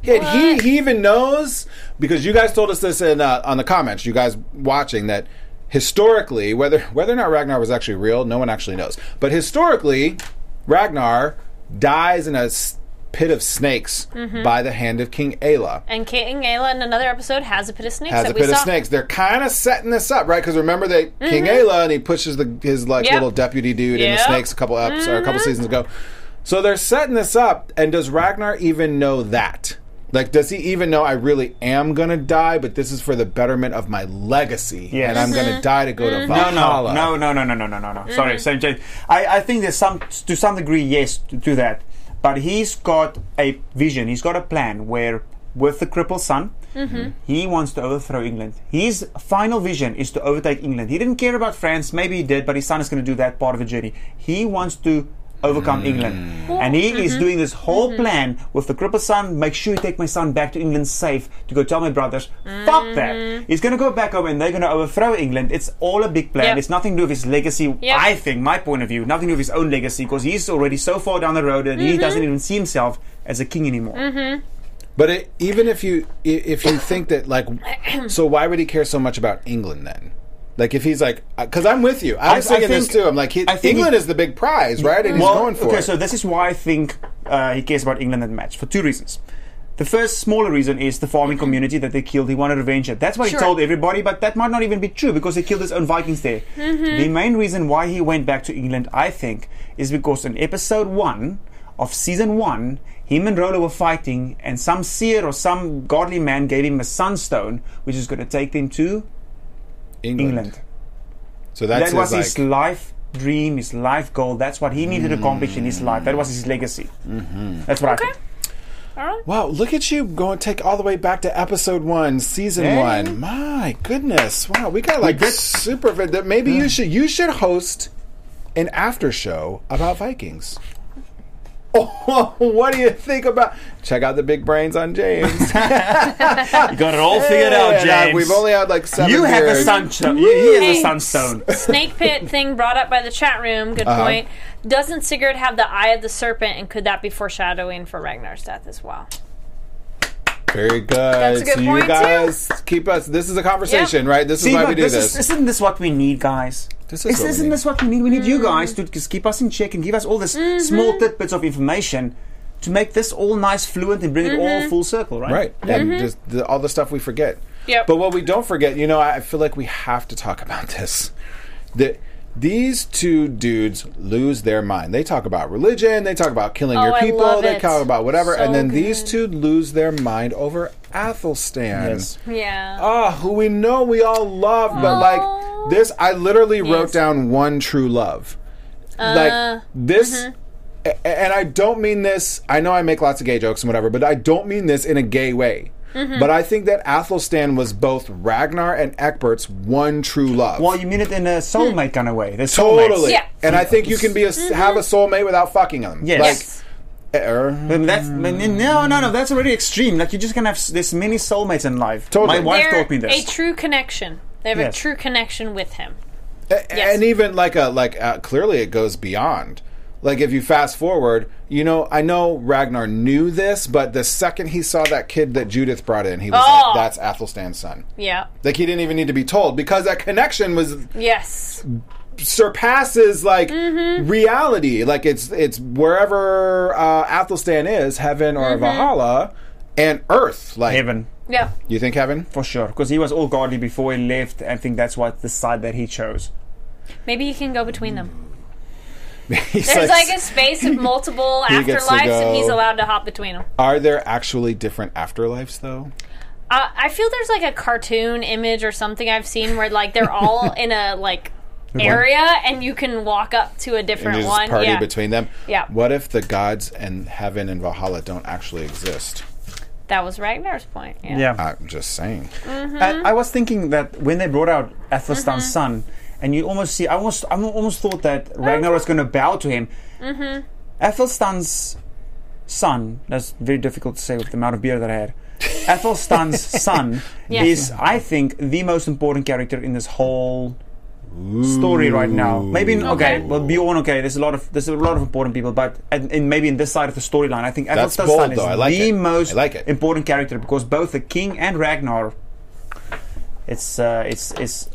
And he, he even knows because you guys told us this in uh, on the comments. You guys watching that historically, whether whether or not Ragnar was actually real, no one actually knows. But historically, Ragnar dies in a s- pit of snakes by the hand of King Aela.
and King Ayla in another episode has a pit of snakes
Has
that
a
we
pit
saw. Mm-hmm.
of snakes. They're kind of setting this up, right? Because remember they King Aela and he pushes the his like
Yep.
little deputy dude in the
Yep. Mm-hmm.
snakes a couple eps or a couple seasons ago. So they're setting this up, and does Ragnar even know that? Like, does he even know I really am gonna die? But this is for the betterment of my legacy,
Yes.
and I'm
Mm-hmm.
gonna die to go to
no,
Valhalla.
no, no, no, no, no, no, no, no. Sorry, same change. I, I think there's some to some degree yes to, to that, but he's got a vision. He's got a plan where, with the crippled son, he wants to overthrow England. His final vision is to overtake England. He didn't care about France. Maybe he did, but his son is going to do that part of the journey. He wants to. Overcome England, and he is doing this whole plan with the crippled son. Make sure you take my son back to England safe to go tell my brothers. Fuck that! He's gonna go back home, and they're gonna overthrow England. It's all a big plan.
Yep.
It's not nothing to do with his legacy.
Yeah.
I think, my point of view, nothing to do with his own legacy because he's already so far down the road that he doesn't even see himself as a king anymore.
But it, even if you i- if you think that like, so why would he care so much about England then? Like if he's like, because I'm with you. I'm
I
thinking this
think-
too. I'm like, he,
I think
England
he-
is the big prize, right? And he's
Well,
going for
okay,
it.
so this is why I think uh, he cares about England and match for two reasons. The first smaller reason is the farming community that they killed. He wanted revenge. at. That's what
Sure.
he told everybody, but that might not even be true because he killed his own Vikings there. The main reason why he went back to England, I think, is because in episode one of season one, him and Rolo were fighting, and some seer or some godly man gave him a sunstone, which is going to take them to
England.
England.
So that's
that was
his,
his
like,
life dream, his life goal. That's what he needed to accomplish in his life. That was his legacy. That's what I
Okay.
think.
All right.
wow. Look at you going take all the way back to episode one, season
Yeah.
one. My goodness, wow. We got like
did-
super. That maybe you should you should host an after show about Vikings. Oh, what do you think about? Check out the big brains on James.
You got it all figured out,
And, uh,
James.
We've only had like seven.
you have a
beers.
sunstone. You, he has a
Hey.
sunstone.
Snake pit thing brought up by the chat room. Good
Uh-huh.
point. Doesn't Sigurd have the eye of the serpent, and could that be foreshadowing for Ragnar's death as well?
Very good.
a good
so
point,
you
too.
guys keep us. This is a conversation, right? This is
See,
why
look,
we do
this
this.
is- isn't this what we need, guys?
This is what we
not
need.
this what we need? We need
Mm.
you guys to just keep us in check and give us all this
Mm-hmm.
small tidbits of information to make this all nice, fluent, and bring
Mm-hmm.
it all full circle, right?
Right. And just the, all the stuff we forget.
Yep.
But what we don't forget, you know, I I feel like we have to talk about this. That these two dudes lose their mind. They talk about religion, they talk about killing
Oh,
your
I
people,
love
they
it.
talk about whatever,
So
and then
good.
these two lose their mind over Athelstan.
Yes.
Yeah.
Ah, who we know we all love, but
Aw.
like this, I literally wrote
Yes. Uh,
down one true love. like this,
mm-hmm.
a- and I don't mean this. I know I make lots of gay jokes and whatever, but I don't mean this in a gay way.
Mm-hmm.
But I think that Athelstan was both Ragnar and Egbert's one true love.
Well, you mean it in a soulmate kind of way. They're soulmates.
totally.
Hmm. Yeah. Mm-hmm.
And I think you can be a, have a soulmate without fucking them.
Yes.
yes.
Like, er,
Then that's then- then- no, no, no. That's already extreme. Like you're just gonna have s- there's many soulmates in life.
Totally.
My wife
They're
taught me
a
this.
true connection. They have
Yes.
a true connection with him.
A-
Yes.
and even like a like uh, clearly it goes beyond like if you fast forward you know i know ragnar knew this but the second he saw that kid that judith brought in he was
Oh.
like that's athelstan's son
Yeah.
like he didn't even need to be told because that connection was
Yes.
surpasses like
Mm-hmm.
reality like it's it's wherever uh, athelstan is heaven
Mm-hmm.
or valhalla and earth like
Heaven
Yeah.
you think heaven
for sure, because he was all godly before he left. I think that's what the side that he chose.
Maybe you can go between them.
He's
There's
like,
like a space of multiple
He gets to
afterlives, and he's
go.
allowed to hop between them.
are there actually different afterlives though
Uh, I feel there's like a cartoon image or something I've seen where like they're all in a like area, and you can walk up to a different
and you just
one.
party
yeah.
between them.
Yeah.
What if the gods and heaven and Valhalla don't actually exist?
that was Ragnar's point. Yeah.
I'm just saying.
I, I was thinking that when they brought out Athelstan's son, and you almost see, I almost, I almost thought that Ragnar was going to bow to him. Mm-hmm. Athelstan's son. That's very difficult to say with the amount of beer that I had. Athelstan's son
Yes.
is, I think, the most important character in this whole story right now. Maybe in, okay.
Okay.
well, Bjorn. Okay, there's a lot of there's a lot of important people, but and, and maybe in this side of the storyline, I think
That's
Athelstan's
bold,
son is
though. I like
the
it.
most
I like it.
important character because both the king and Ragnar it's uh, it's it's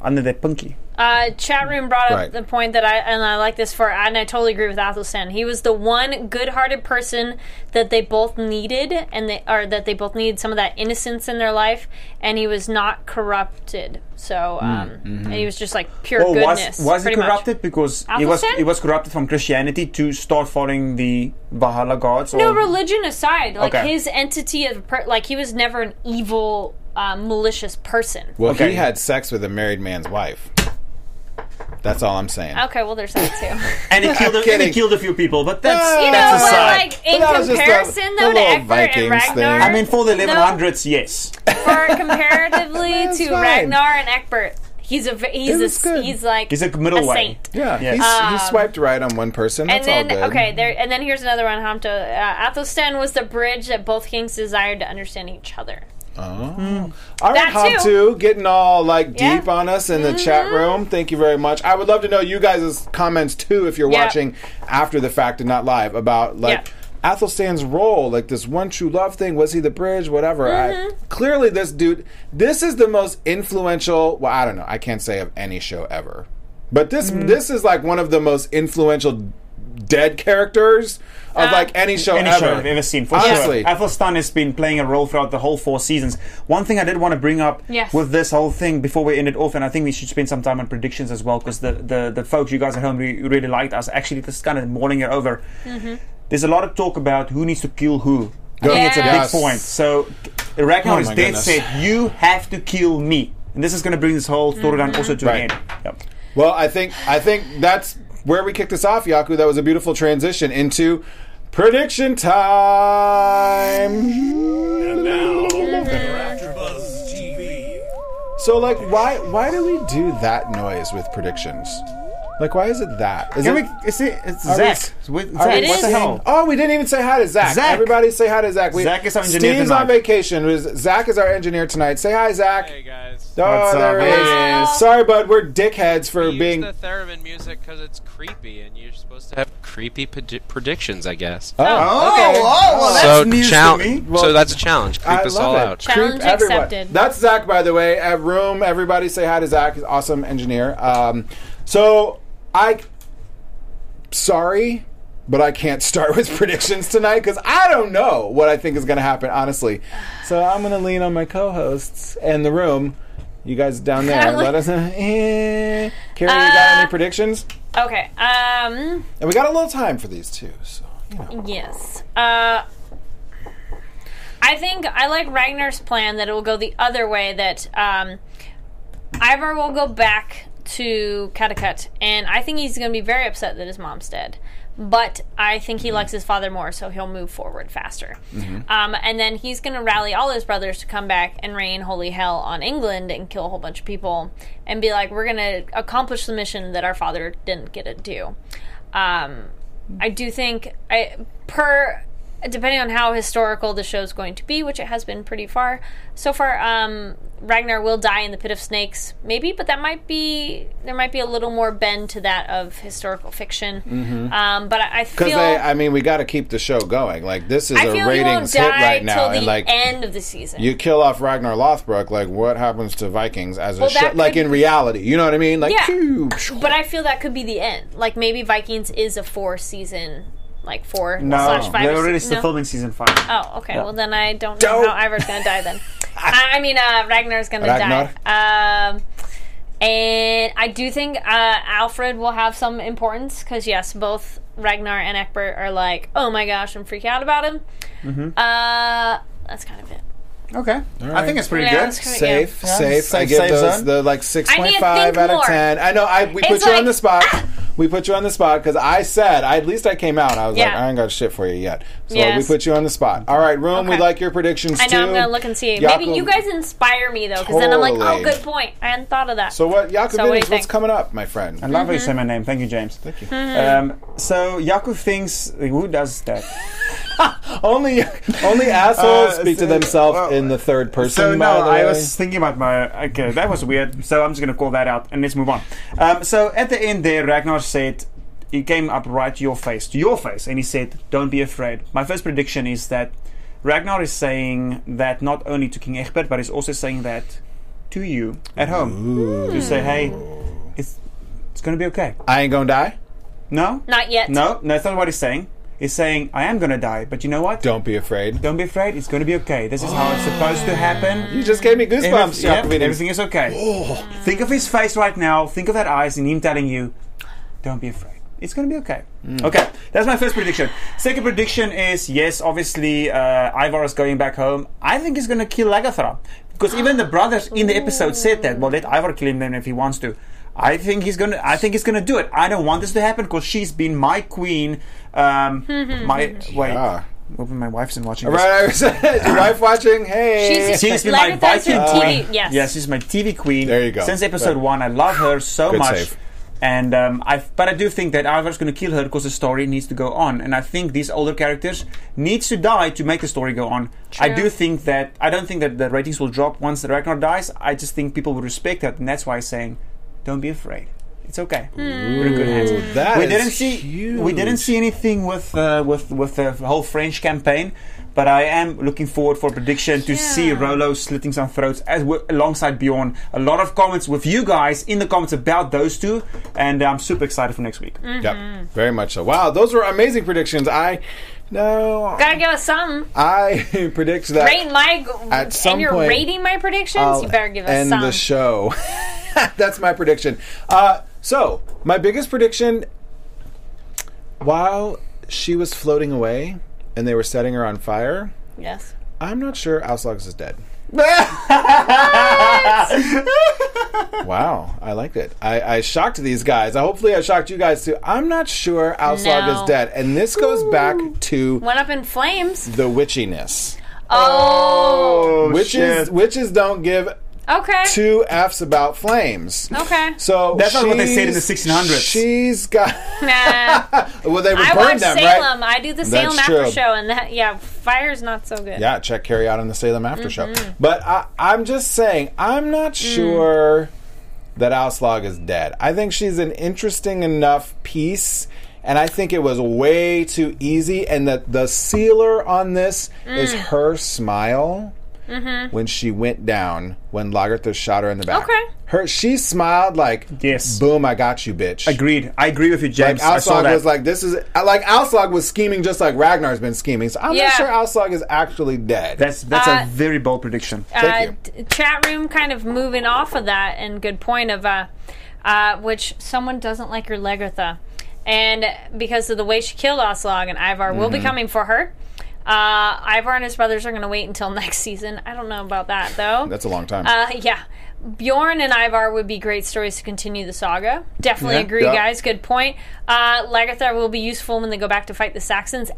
under the pinky.
Uh, chat room brought up
Right.
the point that I and I like this for, and I totally agree with Athelstan. He was the one good-hearted person that they both needed, and they or that they both needed some of that innocence in their life, and he was not corrupted. So,
Hmm.
um,
Mm-hmm.
and he was just like pure goodness.
Oh, was was he
pretty much.
corrupted because he was
Athelstan?
he was corrupted from Christianity to start following the Valhalla gods?
No
or-
religion aside, like
Okay.
his entity of per- like he was never an evil, uh, malicious person.
Well,
Okay.
he had sex with a married man's wife. That's all I'm saying.
Okay, well, there's that too.
and he killed a, and he
kidding.
killed a few people, but that's
You
you know,
that's
but
aside.
like in
That was just a-
comparison
the
though to
little
Egbert and
Vikings thing.
Ragnar,
I
I mean, for the
though-
1100s, yes.
for comparatively
That's
to
fine.
Ragnar and Egbert, he's a v- he's
It
a
was
s-
good.
he's like
He's a middle way.
saint.
Yeah,
Yes.
he's, he swiped right on one person.
Um, And
That's
then
all good.
okay, there and then here's another one. Hamto uh, Athelstan was the bridge that both kings desired to understand each other.
All right,
That
Hop
too.
2, getting all like
Yeah. Mm-hmm.
deep on us in the chat room. Thank you very much. I would love to know you guys' comments too if you're
Yeah.
watching after the fact and not live about like Athelstan's role, like this one true love thing. Was he the bridge? Whatever. I-
Mm-hmm.
clearly, this dude, this is the most influential. Well, I don't know. I can't say of any show ever, but this
Mm-hmm.
this is like one of the most influential dead characters
Uh,
of like any show
Any
ever.
show I've ever seen, for
Honestly.
sure. Athelstan has been playing a role throughout the whole four seasons. One thing I did want to bring up
Yes.
with this whole thing before we end it off, and I think we should spend some time on predictions as well, because the, the, the folks you guys at home re- really liked us. Actually, this is kind of mulling it over.
Mm-hmm.
There's a lot of talk about who needs to kill who. I think it's a
Yes.
big point. So Ragnar
Oh
is
my
dead
goodness.
set. You have to kill me. And this is going to bring this whole storyline
Mm-hmm.
also to
Right.
an end. Yep.
Well, I think I think that's where we kicked this off, Yaku. That was a beautiful transition into prediction time.
Now, after Buzz TV.
So, like, why why do we do that noise with predictions? Like, why is it that? Is
Can
it-
we? It's, it's
Are we-
Zach. It's with- Zach,
we
what the
saying-
hell?
Oh, we didn't even say hi to Zach.
Zach.
Everybody say hi to Zach. We,
Zach is our engineer
Steve's
tonight.
on vacation. It was- Zach is our engineer tonight. Say hi, Zach.
Hey guys.
Oh,
What's
there
up?
he is.
Hey.
Sorry, bud. We're dickheads for
use
being.
the theremin music because it's creepy, and you're supposed to have creepy predi- predictions, I guess.
Oh,
well,
so
challenge.
challenge. so that's a challenge. Creep
I
us
love
all
it.
out.
Challenge
Creep everyone.
accepted.
That's Zach, by the way. At room, everybody say hi to Zach. He's an awesome engineer. Um, so I, sorry, but I can't start with predictions tonight because I don't know what I think is going to happen, honestly. So I'm going to lean on my co-hosts and the room. You guys down there, let us. Eh. Carrie, you got
Uh,
any predictions?
Okay. Um.
And we got a little time for these two. So you know.
Yes. Uh. I think I like Ragnar's plan that it will go the other way. That um, Ivar will go back to Katakut, and I think he's going to be very upset that his mom's dead. But I think he likes his father more, so he'll move forward faster. Um, and then he's going to rally all his brothers to come back and rain holy hell on England and kill a whole bunch of people and be like, we're going to accomplish the mission that our father didn't get to do. Um, I do think, I, per depending on how historical the show's going to be, which it has been pretty far so far. Um, Ragnar will die in the pit of snakes, maybe, but that might be there might be a little more bend to that of historical fiction. Um, but I, I
Mm-hmm. Because
feel
they, I mean, we got to keep the show going. Like this is a
I feel he won't
ratings hit
die
right now,
till the
and like
end of the season.
you kill off Ragnar Lothbrok, like what happens to Vikings as a
Well,
show?
that
Like
could-
in reality, you know what I mean? Like,
Yeah. Uh,
phew,
but I feel that could be the end. Like maybe Vikings is a four season, like four
No,
slash five.
they're
or
already
six-
still
no?
filming season five.
Oh, okay. Well, then I don't know
Don't.
how Ivar's going to die then. I, I mean, uh, Ragnar's going to die. Um, and I do think uh, Alfred will have some importance because, yes, both Ragnar and Eckbert are like, oh my gosh, I'm freaking out about him.
Mm-hmm.
Uh, that's kind of it.
Okay, I think it's pretty
Yeah,
good.
it's kinda-
safe,
Yeah.
safe. I
Safe,
give
safe
those
zone.
the like six
need
point
to
five
think
out of
more.
ten. I know. I we put
It's
you on
like- ah.
the spot. We put you on the spot because I said I, at least I came out. I was like,
Yeah.
I ain't got shit for you yet. So we
Yes.
put you on the spot. All right, room. We
Okay.
like your predictions
I know
too.
I'm going to look and see. Maybe
Yaakov-
you guys inspire me, though, because then I'm like, oh,
Totally.
good point. I hadn't thought of that.
So what, Jakub?
So what do you
Vinny's, what's
think?
coming up, my friend?
I love how you say my name. Thank you, James. Thank you.
Mm-hmm.
Um, so Jakub thinks who does that?
Only, only assholes
Uh,
speak to
so-
themselves
well,
in the third person.
So
by
no,
the
I
way.
was thinking about my. Okay, that was weird. So I'm just gonna call that out and let's move on. Um, so at the end there, Ragnar said he came up right to your face, to your face, and he said, "Don't be afraid." My first prediction is that Ragnar is saying that not only to King Egbert, but he's also saying that to you at home to say, "Hey, it's it's gonna be okay."
I ain't gonna die.
No,
Not yet.
no, no. That's not what he's saying. He's saying, "I am gonna die," but you know what?
Don't be afraid.
Don't be afraid. It's gonna be okay. This is how it's supposed to happen.
You just gave me goosebumps,
Everyth- yep,
Jakub. Vinny.
everything is okay. Think of his face right now. Think of that eyes and him telling you, "Don't be afraid. It's going to be okay." Okay, that's my first prediction. Second prediction is yes, obviously uh, Ivar is going back home. I think he's going to kill Lagathra because even the brothers in the episode said that. Well, let Ivar kill him then if he wants to. I think he's gonna. I think he's gonna do it. I don't want this to happen because she's been my queen. Um, my wait.
Ah.
Hoping my wife's not watching. this.
Right, I was your wife watching. Hey,
She's,
She's been my
Lagatha's
Viking
your
queen.
TV. Yes.
Yeah, she's my TV queen.
There you go.
Since episode one, I love her so
Good
much.
save.
And um, I, but I do think that Ivar's going to kill her because the story needs to go on, and I think these older characters needs to die to make the story go on. I
True.
do think that I don't think that the ratings will drop once Ragnar dies. I just think people will respect that, and that's why I'm saying, don't be afraid. It's okay. We're in good hands
that
we
is
didn't see we didn't see anything with uh, with with the whole French campaign, but I am looking forward for prediction to see
Yeah.
Rolo slitting some throats as w- alongside Bjorn. A lot of comments with you guys in the comments about those two, and I'm super excited for next week.
Mm.
Yep, very much so. Wow, those were amazing predictions. I no,
Gotta give us some.
I predict that
Rate my.
at some
and you're
point,
rating my predictions?
I'll
you better give us
end
some.
the show. That's my prediction. Uh, so my biggest prediction, while she was floating away and they were setting her on fire,
Yes.
I'm not sure Auslags is dead. Wow, I liked it. I, I shocked these guys. I, hopefully, I shocked you guys too. I'm not sure Auslag
No.
is dead, and this goes back to
Went up in flames.
the witchiness.
Oh.
Witches, witches don't give
Okay.
two F's about flames.
Okay.
So
That's not what they said in the
she's-
1600s.
She's got.
Nah.
Well, they would
I
burn
watch
them,
Salem.
right?
I do the Salem
That's
after
true.
show, and that yeah, fire's not so good.
Yeah, check Carrie out on the Salem After
Mm-hmm.
Show. But I, I'm just saying, I'm not
Mm.
sure that Auslog is dead. I think she's an interesting enough piece, and I think it was way too easy. And that the sealer on this is
Mm.
her smile. When she went down, when Lagertha shot her in the back,
Mm-hmm. Okay.
her she smiled like,
Yes.
boom, I got you, bitch."
Agreed. I agree with you,
Like
James. I saw
Alslag
that.
was like, this is I- like Alslag was scheming just like Ragnar's been scheming. So I'm
Yeah.
not sure Alslag is actually dead.
that's that's
Uh,
a very bold prediction.
Thank you.
d- chat room kind of moving off of that and good point of uh, uh, which someone doesn't like your Legartha. And because of the way she killed Oslog and Ivar will
Mm-hmm.
be coming for her. Uh, Ivar and his brothers are going to wait until next season. I don't know about that though.
That's a long time.
Uh, yeah. Bjorn and Ivar would be great stories to continue the saga. Definitely
Yeah.
agree,
Yeah.
guys. Good point. Uh, Lagartha will be useful when they go back to fight the Saxons.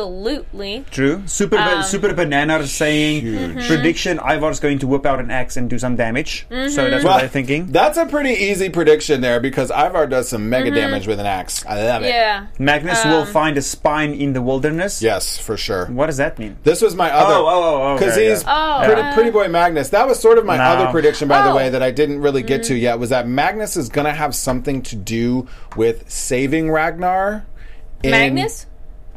Absolutely.
True. Super ba-
um,
super banana saying
Mm-hmm.
prediction. Ivar's going to whip out an axe and do some damage. So
Mm-hmm.
that's what
Well,
they're thinking.
That's a pretty easy prediction there because Ivar does some mega damage with an axe. I love it.
Mm-hmm. Yeah.
Magnus
um,
will find a spine in the wilderness.
Yes, for sure.
What does that mean?
This was my other.
Oh, oh, oh, okay,
Because he's
yeah. Oh,
pretty,
uh,
pretty boy Magnus. That was sort of my
No.
other prediction, by the
Oh. Mm.
way, that I didn't really get to yet. Was that Magnus is going to have something to do with saving Ragnar? in-
Magnus?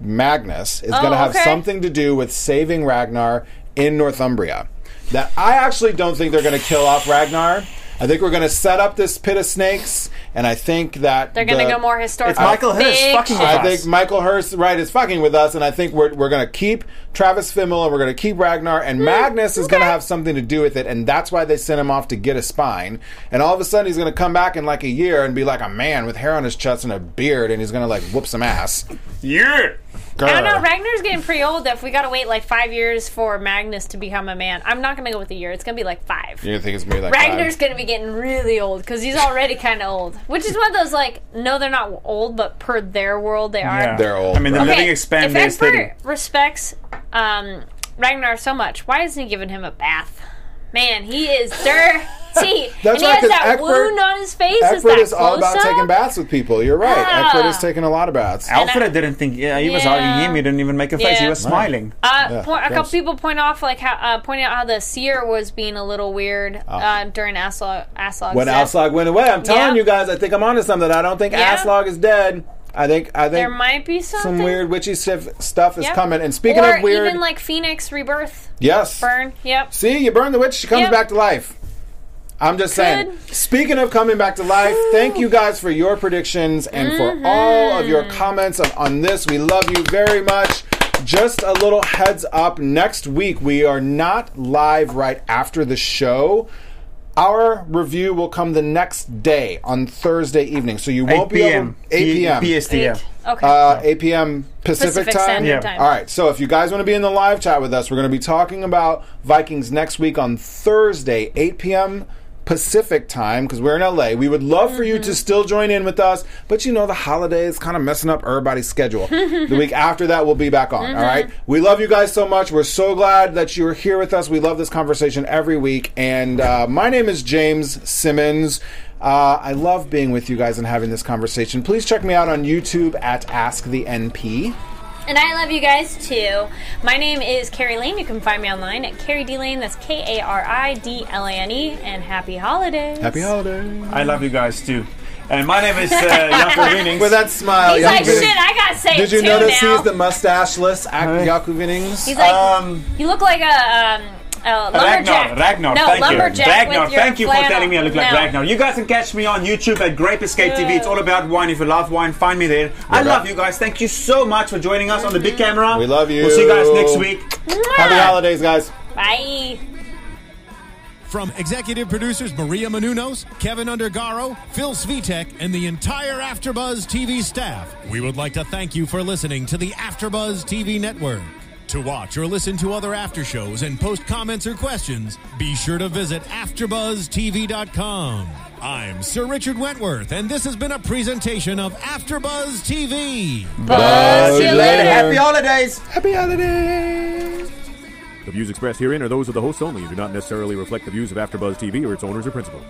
Magnus is
Oh,
going to have
okay.
something to do with saving Ragnar in Northumbria. That I actually don't think they're going to kill off Ragnar. I think we're going to set up this pit of snakes, and I think that
They're going
the-
to go more historical.
Michael Hirst
Big
fucking
shit.
I
us.
think Michael Hurst, right, is fucking with us, and I think we're, we're going to keep Travis Fimmel and we're going to keep Ragnar, and Magnus is going to
Hmm, okay.
have something to do with it, and that's why they sent him off to get a spine. And all of a sudden, he's going to come back in like a year and be like a man with hair on his chest and a beard, and he's going to like whoop some ass.
Yeah.
I don't know.
Grr.
Ragnar's getting pretty old. If we got to wait like five years for Magnus to become a man, I'm not going to go with a year. It's going to be like five.
You think it's gonna be like
Ragnar's
five?
going to be getting really old because he's already kind of old. Which is one of those like, no, they're not old, but per their world, they are.
Yeah.
They're old,
I mean, the
right?
living expand
if
is thirty.
Egbert respects um, Ragnar so much, why isn't he giving him a bath? Man, he is dirty. and he
right,
has
'cause
that
Egbert-
wound on his face. is
Eckford
that
is all about
close-up?
taking baths with people. You're right.
Ah.
Eckford is taking a lot of baths.
Alfred didn't think. Yeah, he was
Yeah.
hugging him. He didn't even make a face. He
Yeah.
was smiling.
Uh,
Yeah,
point, a couple
gross.
people point off like how uh, pointing out how the seer was being a little weird uh, during Aslog. Aslog's
When
death.
Aslog went away, I'm telling
Yeah.
you guys, I think I'm onto something. I don't think
Yeah.
Aslog is dead. I think I think
there might be something
some weird witchy stuff, stuff is
Yep.
coming. And speaking
or
of weird,
even like Phoenix rebirth
yes,
burn. Yep.
see, you burn the witch, she comes
Yep.
back to life. I'm just saying.
Could.
Speaking of coming back to life, thank you guys for your predictions and
Mm-hmm.
for all of your comments on, on this. We love you very much. Just a little heads up next week, we are not live right after the show. Our review will come the next day on Thursday evening. So you won't
8
be able
p.m.
8 p.m.
PST. Yeah.
Okay.
Uh, 8 p.m. Pacific,
Pacific
time.
Standard
Yeah.
Time.
All right. So if you guys want to be in the live chat with us, we're going to be talking about Vikings next week on Thursday, 8 p.m. Pacific time because we're in LA. We would love for you to still join in with us, but you know the holiday is kind of messing up everybody's schedule. the week after that, we'll be back on. all right. We love you guys so much. We're so glad that you're here with us. We love this conversation every week. And uh, my name is James Simmons. Uh, I love being with you guys and having this conversation. Please check me out on YouTube at Ask the NP.
And I love you guys too. My name is Carrie Lane. You can find me online at Carrie D Lane. That's K A R I D L A N E. And happy holidays.
Happy holidays.
I love you guys too. And my name is uh, Janko Wienings.
With that smile,
He's like,
Yaku Vinings.
shit, I gotta say
Did
it
you
too
notice
now.
he's the mustacheless Ak- Yaku Vinings?
He's like,
Um,
you look like a, um, a lumberjack.
Ragnar, Ragnar,
no,
thank
lumberjack
you. Ragnar,
with your
thank you for
flannel.
telling me I look like
No.
Ragnar. You guys can catch me on YouTube at Grape Escape TV. It's all about wine. If you love wine, find me there. I love you guys. Thank you so much for joining us on the
Mm-hmm.
big camera.
We love you.
We'll see you guys next week.
Mwah.
Happy holidays, guys.
Bye.
From executive producers Maria Manunos, Kevin Undergaro, Phil Svitek, and the entire AfterBuzz TV staff, we would like to thank you for listening to the AfterBuzz TV network. To watch or listen to other after shows and post comments or questions, be sure to visit AfterBuzzTV.com. I'm Sir Richard Wentworth, and this has been a presentation of AfterBuzz TV.
Buzz you later.
Happy holidays.
Happy holidays.
The views expressed herein are those of the hosts only and do not necessarily reflect the views of AfterBuzz TV or its owners or principal.